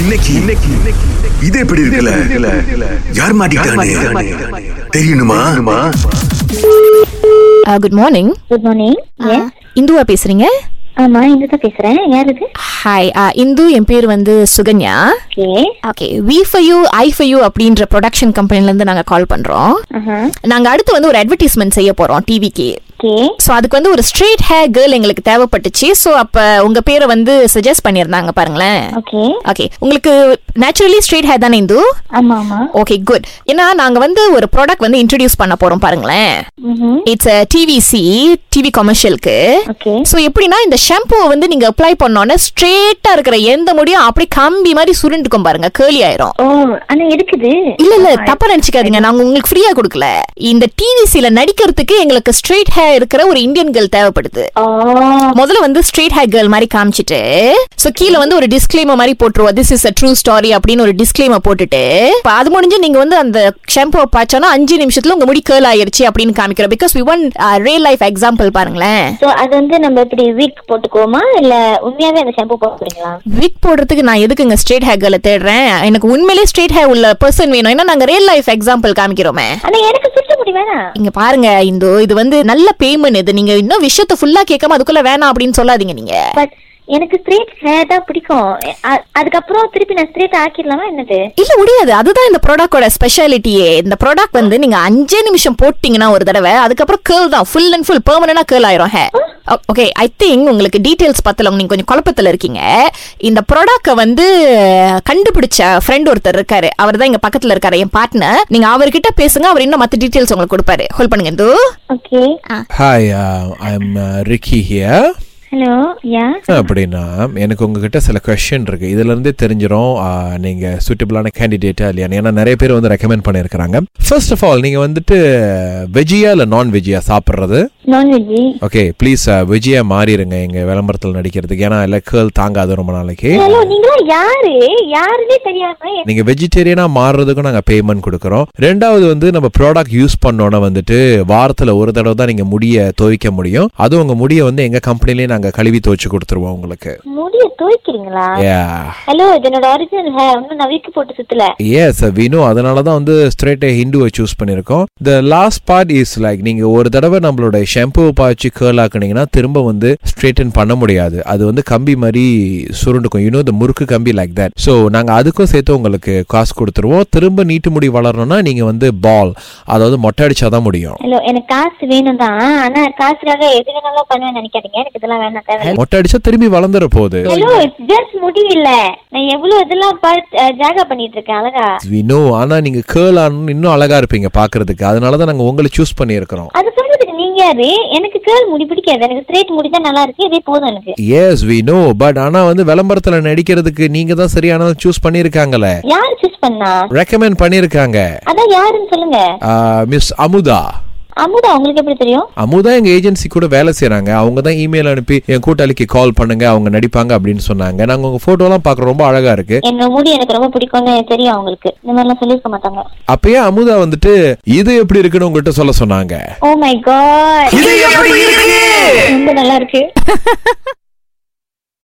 இன்னைக்கு இன்னைக்கு இது எப்படி இருக்குல்ல யார் மாட்டிக்கிட்டானே தெரியணுமா good morning good morning yes இந்துவா பேசுறீங்க ஆமா இங்க தான் பேசுறேன் யார் இது ஹாய் இந்து uh, என் பேர் வந்து Sukanya okay okay we for you I for you அப்படின்ற ப்ரொடக்ஷன் கம்பெனிலேருந்து நாங்கள் கால் பண்ணுறோம் நாங்கள் அடுத்து வந்து ஒரு அட்வர்டைஸ்மெண்ட் செய்ய போகிறோம் டிவிக்கு ஓகே ஸோ அதுக்கு வந்து ஒரு ஸ்ட்ரெயிட் ஹேர் கேர்ள் எங்களுக்கு தேவைப்பட்டுச்சு ஸோ அப்போ உங்கள் பேரை வந்து சஜஸ்ட் பண்ணியிருந்தாங்க பாருங்களேன் ஓகே ஓகே உங்களுக்கு நேச்சுரலி ஸ்ட்ரெயிட் ஹேர் தானே இந்து ஆமா ஆமா ஓகே குட் ஏன்னா நாங்கள் வந்து ஒரு ப்ராடக்ட் வந்து இன்ட்ரடியூஸ் பண்ண போகிறோம் பாருங்களேன் ம்ஹும். இட்ஸ் டிவிசி டிவி கமர்ஷியலுக்கு ஓகே ஸோ எப்படின்னா இந்த ஷாம்புவை வந்து நீங்க அப்ளை பண்ணோன்னே ஸ்ட்ரெயிட்டா இருக்கிற எந்த முடியும் அப்படியே கம்பி மாதிரி சுருண்டுக்கும் பாருங்க கேர்லி ஆயிரும் ஓ ஆனா இருக்குது இல்ல இல்ல தப்பா நினைச்சுக்காதீங்க நாங்க உங்களுக்கு ஃப்ரீயா கொடுக்கல இந்த டிவிசில நடிக்கிறதுக்கு எங்களுக்கு ஸ்ட்ரெயிட் ஹேர் இருக்கிற ஒரு இந்தியன் கேர்ள் தேவைப்படுது ஓ முதல்ல வந்து ஸ்ட்ரெயிட் ஹேர் கேர்ள் மாதிரி காமிச்சிட்டு சோ கீழ வந்து ஒரு டிஸ்க்ளைமர் மாதிரி போட்டுருவோம் this is a true story அப்படின்னு ஒரு டிஸ்க்ளைமர் போட்டுட்டு இப்ப அது முடிஞ்சு நீங்க வந்து அந்த ஷாம்புவை பாய்ச்சோன்னா அஞ்சு நிமிஷத்துல உங்க முடி கேர்ள் ஆயிருச்சு அப்படின்னு காமிக்கிறோம் because we want real life example பாருங்களேன் சோ அது வந்து நம்ம இப்படி வீக் போட்டுக்குவோமா இல்ல உண்மையாவே அந்த ஷாம்பு போட்டுக்கிறீங்களா விக் போடுறதுக்கு நான் எதுக்குங்க ஸ்ட்ரெயிட் ஹேர் கேர்ளை தேடுறேன் எனக்கு உண்மையிலே ஸ்ட்ரெயிட் ஹேர் உள்ள பர்சன் வேணும் ஏன்னா நாங்க ரியல் லைஃப் எக்ஸாம்பிள் காமிக்கிறோமே ஆனா எனக்கு சுருட்ட முடி வேணாம் இங்க பாருங்க இந்து இது வந்து நல்ல பேமெண்ட் இது நீங்க இன்னும் விஷயத்தை ஃபுல்லா கேட்காம அதுக்குள்ள வேணாம் அப்படின்னு சொல்லாதீங்க நீங்க பட் எனக்கு ஸ்ட்ரேட் ஹேர் தான் பிடிக்கும் அ- அதுக்கப்புறம் திருப்பி நான் ஸ்ட்ரேட் ஆக்கிடலாமா என்னது இல்ல முடியாது அதுதான் இந்த ப்ராடக்டோட ஸ்பெஷாலிட்டியே இந்த ப்ராடக்ட் வந்து நீங்க அஞ்சே நிமிஷம் போட்டீங்கன்னா ஒரு தடவை அதுக்கப்புறம் கேர்ள் தான் ஃபுல் அண்ட் ஃபுல் பெர்மனா கேர்ள் ஆயிரும் ஹே ஓகே ஐ திங்க் உங்களுக்கு டீடைல்ஸ் பத்தல நீங்க கொஞ்சம் குழப்பத்துல இருக்கீங்க இந்த ப்ராடக்ட வந்து கண்டுபிடிச்ச ஃப்ரெண்ட் ஒருத்தர் இருக்காரு அவர் தான் இங்க பக்கத்துல இருக்காரு என் பார்ட்னர் நீங்க அவர்கிட்ட பேசுங்க அவர் இன்னும் மத்த டீடைல்ஸ் உங்களுக்கு கொடுப்பாரு ஹோல்ட் பண்ணுங்க Hindu okay hi I'm Ricky here hello yeah uh, அப்படின்னா எனக்கு உங்ககிட்ட சில கொஷின் இருக்கு இதுல இருந்தே தெரிஞ்சிடும் uh, நீங்க சூட்டபிளான கேண்டிடேட்டா இல்லையான்னு ஏன்னா நிறைய பேர் வந்து ரெக்கமெண்ட் பண்ணியிருக்கிறாங்க ஃபர்ஸ்ட் ஆஃப் ஆல் நீங்க வந்துட்டு வெஜியா இல்ல நான் வெஜியா சாப்பிட்றது நான்வெஜ் ஓகே ப்ளீஸ் வெஜியா மாறிடுங்க எங்க விளம்பரத்தில் நடிக்கிறதுக்கு ஏன்னா இல்லை கேர்ள் தாங்காது ரொம்ப நாளைக்கு ஹலோ நீங்களா யாரு யாருன்னே தெரியாம நீங்க வெஜிடேரியனா மாறுறதுக்கும் நாங்க பேமெண்ட் கொடுக்கறோம் ரெண்டாவது வந்து நம்ம ப்ராடக்ட் யூஸ் பண்ணோன்னே வந்துட்டு வாரத்துல ஒரு தடவை தான் நீங்க முடிய துவைக்க முடியும் அதுவும் உங்க முடிய வந்து எங்க கம்பெனிலேயே நாங்க கழுவி துவைச்சு கொடுத்துருவோம் உங்களுக்கு முடிய துவைக்கிறீங்களா Yeah. ஹலோ இது என்னோட ஒரிஜினல் ஹேர் ஒன்னும் நான் வீக்கு போட்டு சுத்தல எஸ் வினு அதனால தான் வந்து ஸ்ட்ரெயிட் ஹிந்துவை சூஸ் பண்ணியிருக்கோம் the last part is like நீங்க ஒரு தடவை நம்மளோட ஷாம்பு பாய்ச்சி கேர்ள் ஆக்குனீங்கன்னா திரும்ப வந்து ஸ்ட்ரெயிட்டன் பண்ண முடியாது அது வந்து கம்பி மாதிரி சுருண்டுக்கும் யூனோ இந்த முறுக்கு கம்பி லைக் தட் ஸோ நாங்கள் அதுக்கும் சேர்த்து உங்களுக்கு காசு கொடுத்துருவோம் திரும்ப நீட்டு முடி வளரணும்னா நீங்க வந்து பால் அதாவது மொட்டை அடிச்சாதான் முடியும் ஹலோ எனக்கு காசு வேணும் தான் ஆனா காசுக்காக எது வேணாலும் பண்ணுவேன் நினைக்காதீங்க எனக்கு இதெல்லாம் வேணாம் தேவை மொட்டை அடிச்சா திரும்பி வளர்ந்துற போகுது ஹலோ ஜஸ்ட் முடியல நான் எவ்வளவு இதெல்லாம் பார்த்து ஜாகா பண்ணிட்டு இருக்கேன் அழகா வினு ஆனா நீங்க கேர்ள் ஆனு இன்னும் அழகா இருப்பீங்க பாக்குறதுக்கு அதனால தான் நாங்க உங்களை சூஸ் பண்ணியிருக்கிறோம் அது சொல்றதுக்கு நீங்க யாரு எனக்கு கேர்ள் முடி பிடிக்காது எனக்கு ஸ்ட்ரெயிட் முடி தான் நல்லா இருக்கு இதே போதும் எனக்கு எஸ் வி நோ பட் ஆனா வந்து விளம்பரத்துல நடிக்கிறதுக்கு நீங்க தான் சரியான சூஸ் பண்ணிருக்காங்கல்ல யார் சூஸ் பண்ணா ரெக்கமெண்ட் பண்ணிருக்காங்க அதான் யாருன்னு சொல்லுங்க மிஸ் அமுதா அமுதா உங்களுக்கு எப்படி தெரியும் அமுதா எங்க ஏஜென்சி கூட வேலை செய்றாங்க அவங்க தான் இமெயில் அனுப்பி என் கூட்டாளிக்கு கால் பண்ணுங்க அவங்க நடிப்பாங்க அப்படின்னு சொன்னாங்க நாங்க உங்க போட்டோ எல்லாம் பார்க்க ரொம்ப அழகா இருக்கு என்னோட முடி எனக்கு ரொம்ப பிடிக்கும்னு தெரியும் அவங்களுக்கு இந்த மாதிரிலாம் சொல்லியிருக்க மாட்டாங்க அப்பயே அமுதா வந்துட்டு இது எப்படி இருக்குன்னு உங்ககிட்ட Oh சொல்ல சொன்னாங்க ஓ மை காட் ரொம்ப நல்லா இருக்கு